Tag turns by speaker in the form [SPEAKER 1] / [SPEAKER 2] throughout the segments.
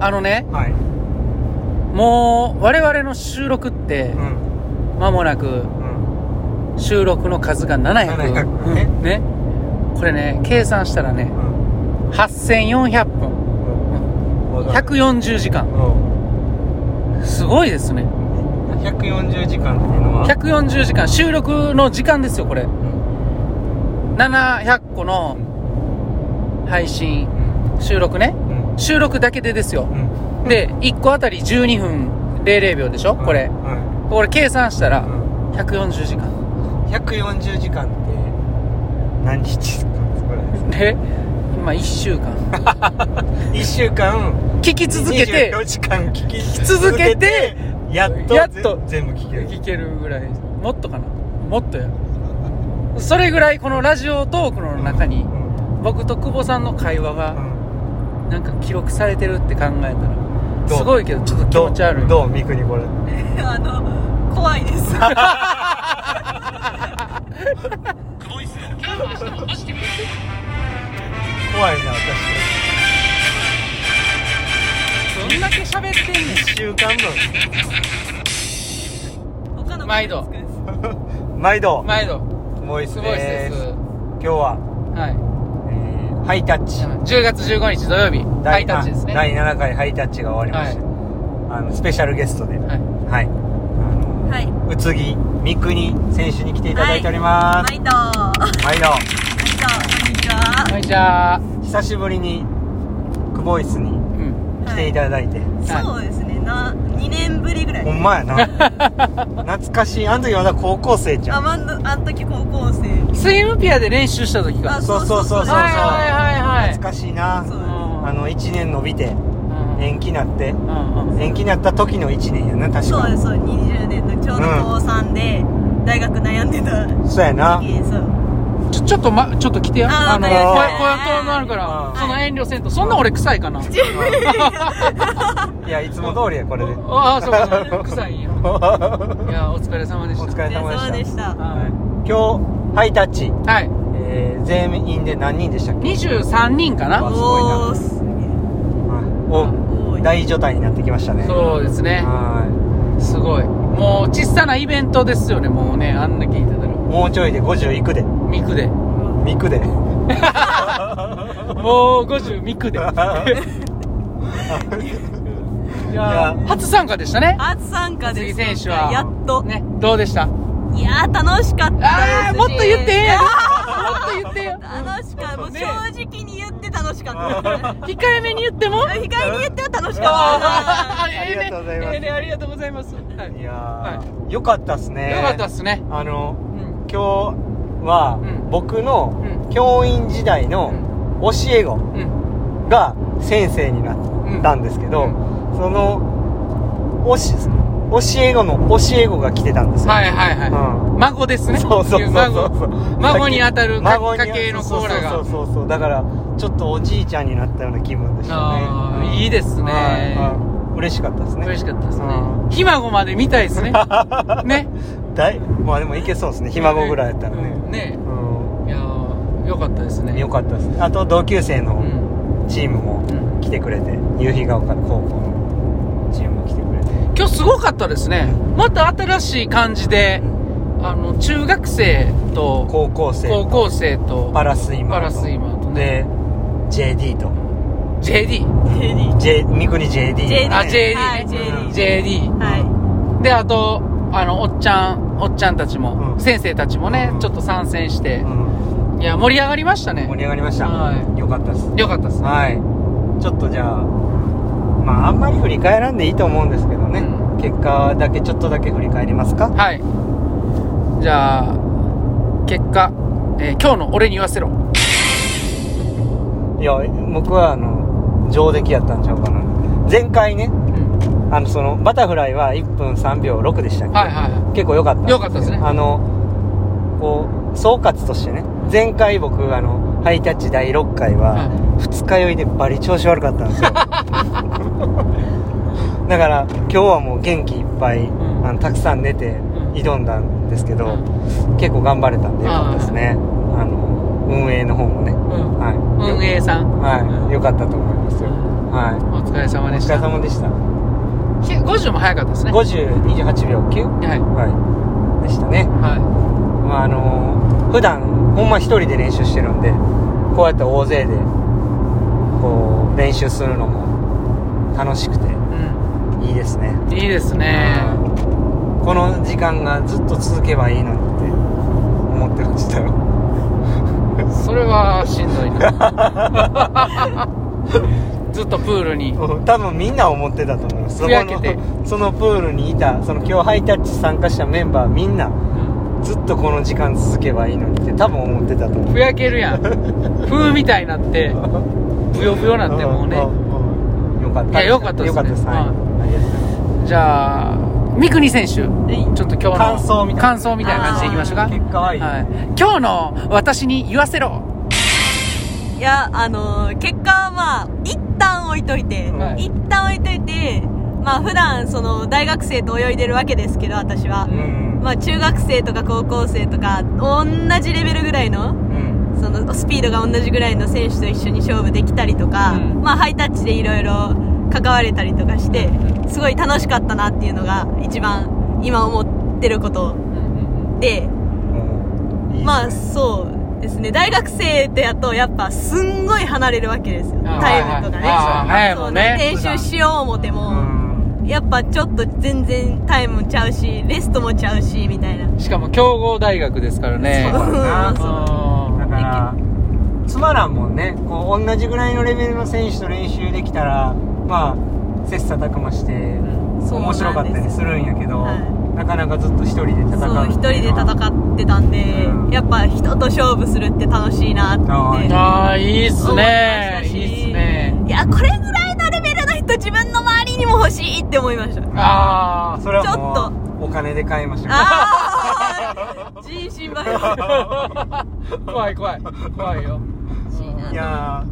[SPEAKER 1] あのね、
[SPEAKER 2] はい
[SPEAKER 1] もう、我々の収録って
[SPEAKER 2] う、ん
[SPEAKER 1] 間もなく、
[SPEAKER 2] うん
[SPEAKER 1] 収録の数が700。
[SPEAKER 2] 700ね
[SPEAKER 1] うんね。これね、計算したらね、
[SPEAKER 2] うん
[SPEAKER 1] 8400分。
[SPEAKER 2] うん
[SPEAKER 1] 140時間。
[SPEAKER 2] うん
[SPEAKER 1] すごいですね。
[SPEAKER 2] 140時間っていうのは
[SPEAKER 1] 140時間。収録の時間ですよ、これ。
[SPEAKER 2] うん
[SPEAKER 1] 700個の配信、収録ね。
[SPEAKER 2] うん
[SPEAKER 1] 収録だけでですよ。
[SPEAKER 2] うん
[SPEAKER 1] で、1個あたり12分00秒でしょこれ。
[SPEAKER 2] は
[SPEAKER 1] これ計算した
[SPEAKER 2] い
[SPEAKER 1] ら、
[SPEAKER 2] う
[SPEAKER 1] 140時間。
[SPEAKER 2] ん140時間って何日ですかこれ
[SPEAKER 1] で、今1週間。
[SPEAKER 2] 1週間
[SPEAKER 1] 聞き続けて、
[SPEAKER 2] 24時間聞き
[SPEAKER 1] 続けて
[SPEAKER 2] やっと
[SPEAKER 1] やっと
[SPEAKER 2] ぜ全部聞ける
[SPEAKER 1] 聞けるぐらいもっとかなもっとやそれぐらいこのラジオトークの中に
[SPEAKER 2] うん
[SPEAKER 1] 僕と久保さんの会話
[SPEAKER 2] う
[SPEAKER 1] が
[SPEAKER 2] ん
[SPEAKER 1] なんか記録されてるって考えたら
[SPEAKER 2] どう
[SPEAKER 1] すごいけどちょっと気
[SPEAKER 2] どう
[SPEAKER 1] 持ち悪い
[SPEAKER 2] どうミクにこれ
[SPEAKER 3] あの怖いです
[SPEAKER 2] 怖いな
[SPEAKER 1] どんだけ喋ってんね
[SPEAKER 2] 私1週間
[SPEAKER 3] 他の
[SPEAKER 1] 毎度
[SPEAKER 3] 作るんです
[SPEAKER 2] 分毎度
[SPEAKER 1] ん毎度
[SPEAKER 2] ボイス
[SPEAKER 1] すごいで
[SPEAKER 2] ですす今日は、
[SPEAKER 1] は
[SPEAKER 2] えーハイタッ
[SPEAKER 1] い
[SPEAKER 2] チ
[SPEAKER 1] 10月15日土曜日ハイタッチですね
[SPEAKER 2] あ第7回ハイタッチが終わりました、あのスペシャルゲストではい、
[SPEAKER 1] は
[SPEAKER 2] あ
[SPEAKER 1] い
[SPEAKER 2] の
[SPEAKER 3] はいう
[SPEAKER 2] つぎみくに選手に来ていただいております、
[SPEAKER 3] 毎度毎
[SPEAKER 2] 毎
[SPEAKER 3] 度
[SPEAKER 2] 度
[SPEAKER 3] こんにちは
[SPEAKER 1] はいじゃあ
[SPEAKER 2] 久しぶりにクボイスに
[SPEAKER 1] うん
[SPEAKER 2] 来ていただいて、
[SPEAKER 1] はい
[SPEAKER 3] そうですねな2年ぶりぐらい
[SPEAKER 2] ほんまやな懐かしいあの時まだ高校生じゃ
[SPEAKER 3] あ
[SPEAKER 2] ん
[SPEAKER 3] まんあん時高校生
[SPEAKER 1] スイムピアで練習した時か
[SPEAKER 3] あ
[SPEAKER 2] そうそうそうそうそう
[SPEAKER 1] はいはいはいはい
[SPEAKER 2] 懐かしいな
[SPEAKER 3] そう
[SPEAKER 2] あの1年伸びて延期なって
[SPEAKER 1] うんうん
[SPEAKER 2] 延期なった時の1年やな確
[SPEAKER 3] そう
[SPEAKER 2] か
[SPEAKER 3] ですそう20年のちょうど高3で大学悩んでた
[SPEAKER 2] そうやな
[SPEAKER 3] 時期そう
[SPEAKER 1] ちょちょっと、ま、ちょっと来てよ
[SPEAKER 3] あー
[SPEAKER 1] の
[SPEAKER 2] わかりま
[SPEAKER 1] 声
[SPEAKER 2] した
[SPEAKER 1] 声遠くなるから
[SPEAKER 2] あー
[SPEAKER 1] その遠慮せんとそんな俺臭いか な
[SPEAKER 2] いやいつも通りや これで
[SPEAKER 1] ああそうかそうか臭いんやいやお疲れ様でした
[SPEAKER 2] お疲れ
[SPEAKER 3] お疲れ
[SPEAKER 2] 様
[SPEAKER 3] 様
[SPEAKER 2] で
[SPEAKER 3] で
[SPEAKER 2] し
[SPEAKER 3] したた
[SPEAKER 1] は
[SPEAKER 2] 今日ハイタッチ、
[SPEAKER 1] い、はい、
[SPEAKER 2] えー、全員で何人でしたっけ
[SPEAKER 1] 23人か
[SPEAKER 2] あ
[SPEAKER 1] な
[SPEAKER 3] おーすげえ
[SPEAKER 2] お
[SPEAKER 3] 多い
[SPEAKER 2] 大所帯になってきましたね
[SPEAKER 1] そうですね
[SPEAKER 2] は
[SPEAKER 1] すごいもう小さなイベントですよねもうねあんだけ聞いてたら
[SPEAKER 2] いもうちょいで50いくで
[SPEAKER 1] ミクで
[SPEAKER 2] ミ クで
[SPEAKER 1] もう50ミ クでいやー初参加でしたね
[SPEAKER 3] 初参加で
[SPEAKER 1] 杉
[SPEAKER 3] す
[SPEAKER 1] 選手は
[SPEAKER 3] やっと、
[SPEAKER 1] ねどうでした
[SPEAKER 3] いやー楽しかったです
[SPEAKER 1] ああもっと言ってええ やんもっと言ってよ
[SPEAKER 3] 楽しかったもう
[SPEAKER 1] ね
[SPEAKER 3] 正直に言って楽しかった
[SPEAKER 1] 控えめに言っても
[SPEAKER 3] あ控えに言っては 楽しか
[SPEAKER 1] あええ
[SPEAKER 2] あり
[SPEAKER 1] ね
[SPEAKER 2] がとうございます
[SPEAKER 1] ええねありがとうございます。はいい。
[SPEAKER 2] やー、
[SPEAKER 1] は
[SPEAKER 2] よかったっすね
[SPEAKER 1] よかったっすね。
[SPEAKER 2] あの
[SPEAKER 1] うん。
[SPEAKER 2] 今日は、
[SPEAKER 1] うん
[SPEAKER 2] 僕
[SPEAKER 1] う
[SPEAKER 2] の
[SPEAKER 1] ん。
[SPEAKER 2] 教員時代の教え子
[SPEAKER 1] うん。
[SPEAKER 2] が先生になったんですけど、
[SPEAKER 1] うん
[SPEAKER 2] その教教え子の教え子が来てたんですよ、
[SPEAKER 1] はいはいはい。
[SPEAKER 2] うん
[SPEAKER 1] 孫ですね。
[SPEAKER 2] そうそうそうそう
[SPEAKER 1] 孫。孫に当たる
[SPEAKER 2] 孫に
[SPEAKER 1] 家系のコーラが
[SPEAKER 2] そうそうそうそうだからちょっとおじいちゃんになったような気分でした
[SPEAKER 1] あ
[SPEAKER 2] ね
[SPEAKER 1] ーいいですね
[SPEAKER 2] はいはい嬉しかったですね
[SPEAKER 1] 嬉しかったですね
[SPEAKER 2] う。
[SPEAKER 1] ひ孫まで見たい ですね。ね。
[SPEAKER 2] だいまあでもいけそうですねひ孫ぐらいやったらね、
[SPEAKER 1] うんね
[SPEAKER 2] う
[SPEAKER 1] いやーよかったです
[SPEAKER 2] ん、
[SPEAKER 1] ね。
[SPEAKER 2] よかったですねあと同級生
[SPEAKER 1] う
[SPEAKER 2] の
[SPEAKER 1] ん。
[SPEAKER 2] チームも
[SPEAKER 1] うん
[SPEAKER 2] 来てくれて、夕日が丘の高校のチームも来てくれて
[SPEAKER 1] 今日すごかったですね。また新しい感じで、あの中学生と
[SPEAKER 2] 高校生
[SPEAKER 1] 高校生と
[SPEAKER 2] パラスイマー
[SPEAKER 1] パラスイマーと
[SPEAKER 2] で
[SPEAKER 1] ね
[SPEAKER 2] JD と
[SPEAKER 1] JD。
[SPEAKER 3] った JD
[SPEAKER 2] J 三国 JD ね
[SPEAKER 3] JD
[SPEAKER 1] あ JD ね
[SPEAKER 3] はい JD
[SPEAKER 1] JD。
[SPEAKER 3] は
[SPEAKER 1] であとあのおっちゃんおっちゃんたちも、
[SPEAKER 2] うん
[SPEAKER 1] 先生たちもね、
[SPEAKER 2] うん
[SPEAKER 1] ちょっと参戦して
[SPEAKER 2] う、ん
[SPEAKER 1] いや盛り上がりましたね
[SPEAKER 2] 盛り上がりました、
[SPEAKER 1] は
[SPEAKER 2] よかったです
[SPEAKER 1] よかったですね
[SPEAKER 2] はいちょっとじゃあまああんまり振り返らんでいいと思うんですけどね、
[SPEAKER 1] う
[SPEAKER 2] 結果だけちょっとだけ振り返りますか
[SPEAKER 1] はいじゃあ結果、えー今日の俺に言わせろ
[SPEAKER 2] いや僕はあの上出来やったんちゃうかな前回ね
[SPEAKER 1] うん
[SPEAKER 2] あのそのバタフライは1分3秒6でしたっけ、
[SPEAKER 1] はいはいは
[SPEAKER 2] 結構良かったん
[SPEAKER 1] 良かったですね
[SPEAKER 2] あのこう総括としてね前回僕あのハイタッチ第6回は二日酔いでバリ調子悪かったん ですよだから今日はもう元気いっぱい、
[SPEAKER 1] ん
[SPEAKER 2] あのたくさん寝て
[SPEAKER 1] ん
[SPEAKER 2] 挑んだんですけど、
[SPEAKER 1] うん
[SPEAKER 2] 結構頑張れたんで良かったですねあの運営の方もね
[SPEAKER 1] い、うん
[SPEAKER 2] はい
[SPEAKER 1] 運営さん
[SPEAKER 2] はい、良かったと思いますよ。
[SPEAKER 1] うん
[SPEAKER 2] は
[SPEAKER 1] お疲れ様
[SPEAKER 2] いお
[SPEAKER 1] でし
[SPEAKER 2] 疲
[SPEAKER 1] た
[SPEAKER 2] れ様でした
[SPEAKER 1] ひ50も早かったですねは
[SPEAKER 2] 5028秒9
[SPEAKER 1] い
[SPEAKER 2] はいでしたね
[SPEAKER 1] は
[SPEAKER 2] まああのー普段ほんま一人で練習してるんでこうやって大勢でこう練習するのも楽しくて
[SPEAKER 1] い、う
[SPEAKER 2] いいですね
[SPEAKER 1] ん、いいですね
[SPEAKER 2] この時間がずっと続けばいいのにって思ってましたよ
[SPEAKER 1] それはしんどいな ずっとプールに
[SPEAKER 2] 多分みんな思ってたと思いますそ
[SPEAKER 1] ふ
[SPEAKER 2] こ
[SPEAKER 1] やけて
[SPEAKER 2] のそのプールにいたその今日ハイタッチ参加したメンバーみんなずっとこの時間続けばいいのにって多分思ってたと思う
[SPEAKER 1] ふやけ るやん風みたいになってぶよぶよなってもうね
[SPEAKER 2] んうんよかった
[SPEAKER 1] いやよかったですね
[SPEAKER 2] よかったですはい
[SPEAKER 1] は
[SPEAKER 2] ありがとうございます
[SPEAKER 1] じゃあ三国選手ちょ
[SPEAKER 2] い
[SPEAKER 1] っと今日の
[SPEAKER 2] 感想みたいな
[SPEAKER 1] 感想みたいな感じでいきましょうか
[SPEAKER 2] あー結果はいい
[SPEAKER 1] はい、今日の私に言わせろ
[SPEAKER 3] いやあのー結果はまあ一旦置いといて、
[SPEAKER 1] はい
[SPEAKER 3] 一旦置いといてまあ普段その大学生と泳いでるわけですけど私は、
[SPEAKER 2] うん
[SPEAKER 3] まあ中学生とか高校生とか同じレベルぐらい
[SPEAKER 2] う
[SPEAKER 3] の
[SPEAKER 2] ん
[SPEAKER 3] そのスピードが同じぐらいの選手と一緒に勝負できたりとか、
[SPEAKER 1] うん
[SPEAKER 3] まあハイタッチでいろいろ関われたりとかしてすごい楽しかったなっていうのが一番今思ってることで
[SPEAKER 2] うんいいっすね
[SPEAKER 3] まあそうですね大学生ってやとやっぱすんごい離れるわけですよ
[SPEAKER 1] あー
[SPEAKER 3] タイムとかね
[SPEAKER 1] あー早いもんね
[SPEAKER 3] そう練習しよう思て
[SPEAKER 2] う
[SPEAKER 3] も、
[SPEAKER 2] ん
[SPEAKER 3] やっぱちょっと全然タイムちゃうしレストもちゃうしみたいな、
[SPEAKER 1] しかも強豪大学ですからね
[SPEAKER 2] そうだ
[SPEAKER 3] そう
[SPEAKER 2] なだからつまらんもんねこう同じぐらいのレベルの選手と練習できたらまあ切磋琢磨して
[SPEAKER 3] そう
[SPEAKER 2] 面
[SPEAKER 3] なんです
[SPEAKER 2] 白かったりするんやけど
[SPEAKER 3] は
[SPEAKER 2] なかなかずっと一人で戦う
[SPEAKER 3] そう一人で戦
[SPEAKER 2] う
[SPEAKER 3] ってたんで、
[SPEAKER 2] うん
[SPEAKER 3] やっぱ人と勝負するって楽しいなって
[SPEAKER 2] あーいいね
[SPEAKER 1] ああいいっすね
[SPEAKER 3] 思いましたし
[SPEAKER 1] いいっすね
[SPEAKER 3] いやこれぐらいのレベルの人自分の周りにも欲しいって思いま した
[SPEAKER 1] あ
[SPEAKER 2] それは
[SPEAKER 3] ち
[SPEAKER 2] もうお金で買いました
[SPEAKER 3] ああ人身売 買
[SPEAKER 1] あ怖い怖い怖いよ
[SPEAKER 2] いや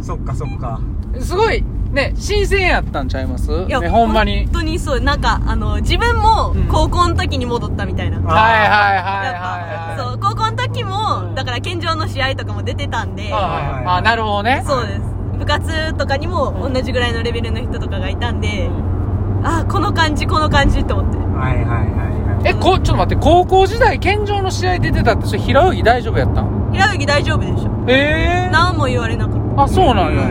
[SPEAKER 2] ーそっかそっか
[SPEAKER 1] すごいね新鮮やったんちゃいます
[SPEAKER 3] いや
[SPEAKER 1] ねほんまに
[SPEAKER 3] 本当にそうなんかあの自分も
[SPEAKER 1] うん
[SPEAKER 3] 高校の時に戻ったみたいな、
[SPEAKER 2] あ
[SPEAKER 1] はいはいは
[SPEAKER 3] やっ
[SPEAKER 1] いはい
[SPEAKER 3] ぱ
[SPEAKER 1] はい
[SPEAKER 3] そ
[SPEAKER 1] う
[SPEAKER 3] 高校の時
[SPEAKER 1] う
[SPEAKER 3] も
[SPEAKER 1] ん
[SPEAKER 3] だから健常の試合とかも出てたんで
[SPEAKER 1] あああなるほどね
[SPEAKER 3] そうです部活とかにも同じぐらいのレベルの人とかがいたんで、あーこの感じこの感じと思って
[SPEAKER 2] はいはいはいはい
[SPEAKER 1] えこちょっと待って高校時代健常の試合出てたってそれ平泳ぎ大丈夫やったん
[SPEAKER 3] 平泳ぎ大丈夫でしょ
[SPEAKER 1] ええ
[SPEAKER 3] 何も言われなかった
[SPEAKER 1] あそうなんや、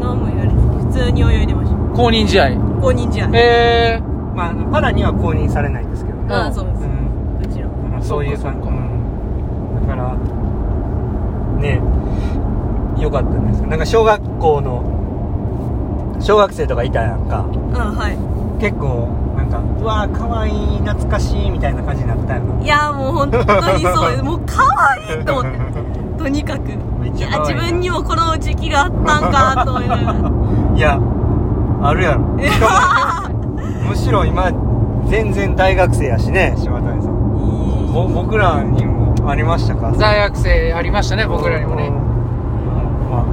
[SPEAKER 3] 何も言われず普通に泳いでました
[SPEAKER 1] 公認試合
[SPEAKER 3] 公認試合
[SPEAKER 1] ええ
[SPEAKER 2] まあパラには公認されないんですけどね
[SPEAKER 3] ああそうです、
[SPEAKER 2] うん
[SPEAKER 3] もちろん
[SPEAKER 2] まあそういう感
[SPEAKER 1] そ
[SPEAKER 2] じ
[SPEAKER 1] うか
[SPEAKER 2] うんだからねよかったんですよなんか小学校の小学生とかいたやんか
[SPEAKER 3] うんは
[SPEAKER 2] 結構なんかうわーかわいい懐かしいみたいな感じになったやん
[SPEAKER 3] いいやーもう本当にそ うですもう可愛いと思ってとにかく
[SPEAKER 2] めっ
[SPEAKER 3] い
[SPEAKER 2] ちゃ
[SPEAKER 3] や
[SPEAKER 2] 可愛い
[SPEAKER 3] 自分にもこの時期があったんかと思いながら
[SPEAKER 2] いやあるやろ
[SPEAKER 3] いや
[SPEAKER 2] むしろ今全然大学生やしね柴谷さんぼ僕らにもありましたか
[SPEAKER 1] 大学生ありましたね僕らにもね
[SPEAKER 2] ま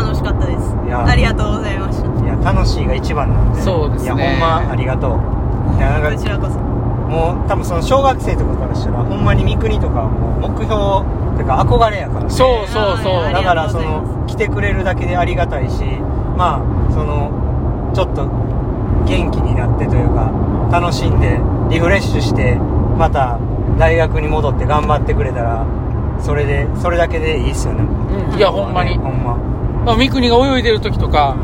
[SPEAKER 3] 楽しかったです
[SPEAKER 2] いや
[SPEAKER 3] ありがとうございました
[SPEAKER 2] あいや楽しいが一番なんで
[SPEAKER 1] そうですね
[SPEAKER 2] いやほんまありがとういやなんか
[SPEAKER 3] こちらこそ
[SPEAKER 2] もう多分その小学生とかからしたらほんまに三国とかはもう目標てか憧れやからね
[SPEAKER 1] そうそうそう
[SPEAKER 3] あー
[SPEAKER 2] だからそ
[SPEAKER 3] ありがとうござい
[SPEAKER 2] の来てくれるだけでありがたいしまあそのちょっと元気になってというか楽しんでリフレッシュしてまた大学に戻って頑張ってくれたらそれでそれだけでいいっすよね
[SPEAKER 1] うんいやほんまに
[SPEAKER 2] ほんま
[SPEAKER 1] あ三国が泳いでる時とか
[SPEAKER 3] は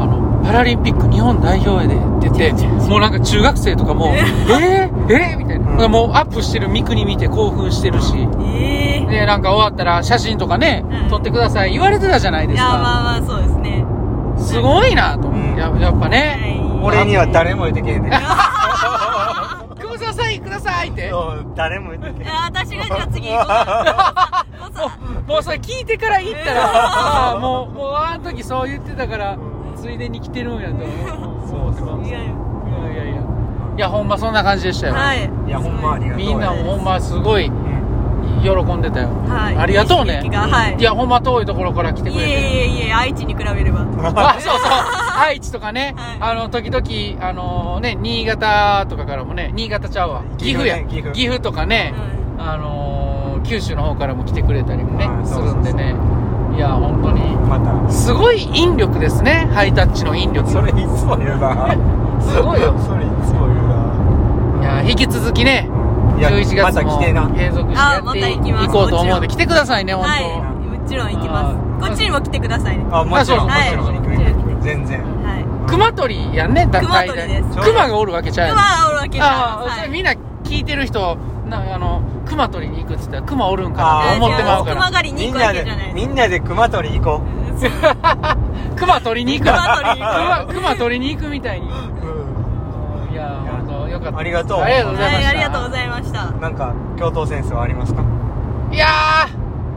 [SPEAKER 1] あのパラリンピック日本代表で出てもうなんか中学生とかも「えー、えー、みたいな、
[SPEAKER 2] うん
[SPEAKER 1] もうアップしてる三国見て興奮してるし
[SPEAKER 3] いええ
[SPEAKER 1] でなんか終わったら写真とかね、
[SPEAKER 3] うん
[SPEAKER 1] 撮ってください言われてたじゃない
[SPEAKER 3] い
[SPEAKER 1] です
[SPEAKER 3] や
[SPEAKER 1] か、
[SPEAKER 3] まあまあそうですね
[SPEAKER 1] すごいなと思
[SPEAKER 2] う
[SPEAKER 1] うんややっぱね
[SPEAKER 3] はい
[SPEAKER 2] 俺には誰も言ってけへんねん
[SPEAKER 1] 「久保田さんください」って
[SPEAKER 2] そう誰も言ってけへ
[SPEAKER 3] い
[SPEAKER 2] ん
[SPEAKER 3] や私がじゃあ次行こうかそうそう
[SPEAKER 1] もうそれ聞いてから言ったらあーもうもうあの時そう言ってたからついでに来てるんやと思う
[SPEAKER 2] そう そう
[SPEAKER 3] いやいや
[SPEAKER 1] いやいやいやいやほんまそんな感じでしたよ、
[SPEAKER 3] はい
[SPEAKER 2] いやほんまありがとう
[SPEAKER 1] みんなもほんますごい
[SPEAKER 2] うん
[SPEAKER 1] 喜んでたよ、
[SPEAKER 3] はい
[SPEAKER 1] ありがとう
[SPEAKER 3] い
[SPEAKER 1] ね
[SPEAKER 3] い刺激がはい
[SPEAKER 1] やほんま遠いところから来てく
[SPEAKER 3] い
[SPEAKER 1] れて
[SPEAKER 3] えいえいえ愛知に比べれば
[SPEAKER 1] あそうそう愛知とかね、
[SPEAKER 3] はい
[SPEAKER 1] あの時々あのね新潟とかからもね新潟ちゃうわ岐
[SPEAKER 2] 岐阜
[SPEAKER 1] 阜や
[SPEAKER 2] ね岐阜
[SPEAKER 1] とかね、
[SPEAKER 3] は
[SPEAKER 1] あのー九州の方からも来てくれたりもね
[SPEAKER 2] はい
[SPEAKER 1] す
[SPEAKER 2] そうそう
[SPEAKER 1] る
[SPEAKER 2] そ
[SPEAKER 1] ん
[SPEAKER 2] う
[SPEAKER 1] でねいいや本当に
[SPEAKER 2] また
[SPEAKER 1] すごい引力ですねハイタッチの引力
[SPEAKER 4] それいつも言うな
[SPEAKER 1] すごいよ
[SPEAKER 4] それいつも言う
[SPEAKER 1] いや引き続きね
[SPEAKER 2] いや
[SPEAKER 1] 11
[SPEAKER 2] ま
[SPEAKER 1] 月
[SPEAKER 2] た
[SPEAKER 1] も
[SPEAKER 2] 来てな
[SPEAKER 1] 継続して
[SPEAKER 3] あ
[SPEAKER 1] や
[SPEAKER 3] ま
[SPEAKER 1] ったて
[SPEAKER 3] 行きます
[SPEAKER 1] いこうと思うんで
[SPEAKER 3] も
[SPEAKER 1] 来てくださいね本当、
[SPEAKER 3] はいもちろん行きます
[SPEAKER 1] あー
[SPEAKER 3] こっちにも来てくださいねは
[SPEAKER 2] あもちろんも
[SPEAKER 1] あ
[SPEAKER 2] ち
[SPEAKER 1] そう
[SPEAKER 2] ろん
[SPEAKER 1] はい
[SPEAKER 2] 行く行く行く全然
[SPEAKER 3] い
[SPEAKER 1] 熊取やんね脱会
[SPEAKER 3] 熊取です
[SPEAKER 1] 熊がおるわけちゃうやん
[SPEAKER 3] 熊おるわけじゃ
[SPEAKER 1] あ
[SPEAKER 3] ん
[SPEAKER 1] あ、そ
[SPEAKER 3] は
[SPEAKER 1] れ
[SPEAKER 3] い
[SPEAKER 1] みんな聞いてる人なあの熊取りに行くっつったら熊おるんかなと思ってまうか
[SPEAKER 3] 熊
[SPEAKER 1] ら
[SPEAKER 3] 狩りに
[SPEAKER 2] み
[SPEAKER 3] 行
[SPEAKER 2] ん
[SPEAKER 3] く
[SPEAKER 2] な
[SPEAKER 3] わけ
[SPEAKER 2] で
[SPEAKER 3] じゃない
[SPEAKER 2] みんなで熊取り行こ、
[SPEAKER 1] 熊取りに行く
[SPEAKER 3] 熊取りに
[SPEAKER 1] 熊
[SPEAKER 3] 行
[SPEAKER 1] 熊取りに行くみたいにいうや本当よかった
[SPEAKER 2] ありがとう
[SPEAKER 1] ありがとうございま
[SPEAKER 3] は
[SPEAKER 1] し
[SPEAKER 3] い
[SPEAKER 1] た
[SPEAKER 3] ありがとうございました
[SPEAKER 2] なんか教頭先生はありますか
[SPEAKER 1] いや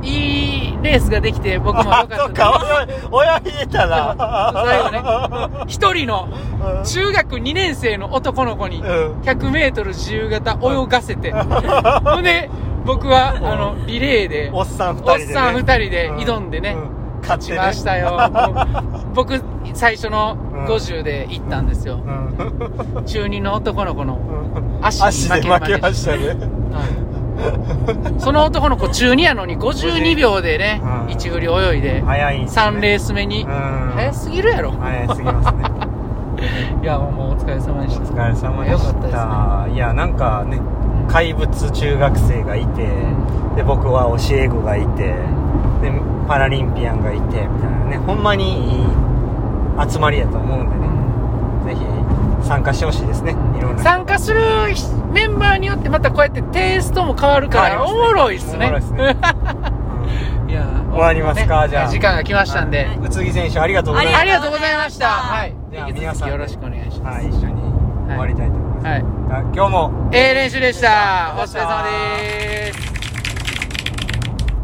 [SPEAKER 1] ーいいレースができて僕もよか
[SPEAKER 2] あ
[SPEAKER 1] っ
[SPEAKER 2] そ
[SPEAKER 1] た
[SPEAKER 2] っ
[SPEAKER 1] です
[SPEAKER 2] か親親引いたな
[SPEAKER 1] 最後ね一人の中学2年生の男の子に
[SPEAKER 2] うん
[SPEAKER 1] 100m 自由形泳 がせてほんで僕はあのリレーで
[SPEAKER 2] おっさん二人で、ね、
[SPEAKER 1] おっさん二人で挑んでね
[SPEAKER 2] う勝
[SPEAKER 1] 勝
[SPEAKER 2] ち
[SPEAKER 1] ちまし たよ、もう僕最初の
[SPEAKER 2] ん
[SPEAKER 1] 50で行ったんですよ、中2の男の子の足
[SPEAKER 2] 足
[SPEAKER 1] に負
[SPEAKER 2] で
[SPEAKER 1] けま
[SPEAKER 2] 負
[SPEAKER 1] け
[SPEAKER 2] け
[SPEAKER 1] ま
[SPEAKER 2] ま
[SPEAKER 1] し
[SPEAKER 2] したね
[SPEAKER 1] た、はいその男の子中2やのに52秒でね、
[SPEAKER 2] うん
[SPEAKER 1] 一振り泳いで
[SPEAKER 2] 早いんですね
[SPEAKER 1] 3レース目に、
[SPEAKER 2] うん
[SPEAKER 1] 早すぎるやろ
[SPEAKER 2] 早すぎますね
[SPEAKER 1] いやもうお疲れ様でし
[SPEAKER 2] お
[SPEAKER 1] た
[SPEAKER 2] 疲れ様でした
[SPEAKER 1] よかった
[SPEAKER 2] いやなんかね怪物中学生がいてで僕は教え子がいてでパラリンピアンがいてみたいなねほんまにいい集まりやと思うんでねぜひ参加してほしいですねいろんな
[SPEAKER 1] 参加するメンバーによってまたこうやってテイストも変わるか
[SPEAKER 2] 変
[SPEAKER 1] ら
[SPEAKER 2] わ
[SPEAKER 1] お
[SPEAKER 2] りますね
[SPEAKER 1] もろいっすね
[SPEAKER 2] おもろいっすね
[SPEAKER 1] いやー
[SPEAKER 2] 終わりますか
[SPEAKER 1] ね
[SPEAKER 2] じゃあ
[SPEAKER 1] 時間が来ましたんで、
[SPEAKER 3] はい
[SPEAKER 2] 宇津木選手ありがとうございます
[SPEAKER 1] ありがとうございました。はい。
[SPEAKER 2] じゃあ皆さんで
[SPEAKER 1] よろしくお願いしま
[SPEAKER 2] は
[SPEAKER 1] す。
[SPEAKER 2] い、一緒に終わりたいと思います。
[SPEAKER 1] はい。
[SPEAKER 2] あ今日も
[SPEAKER 1] ええ練習でした。お疲れ様です。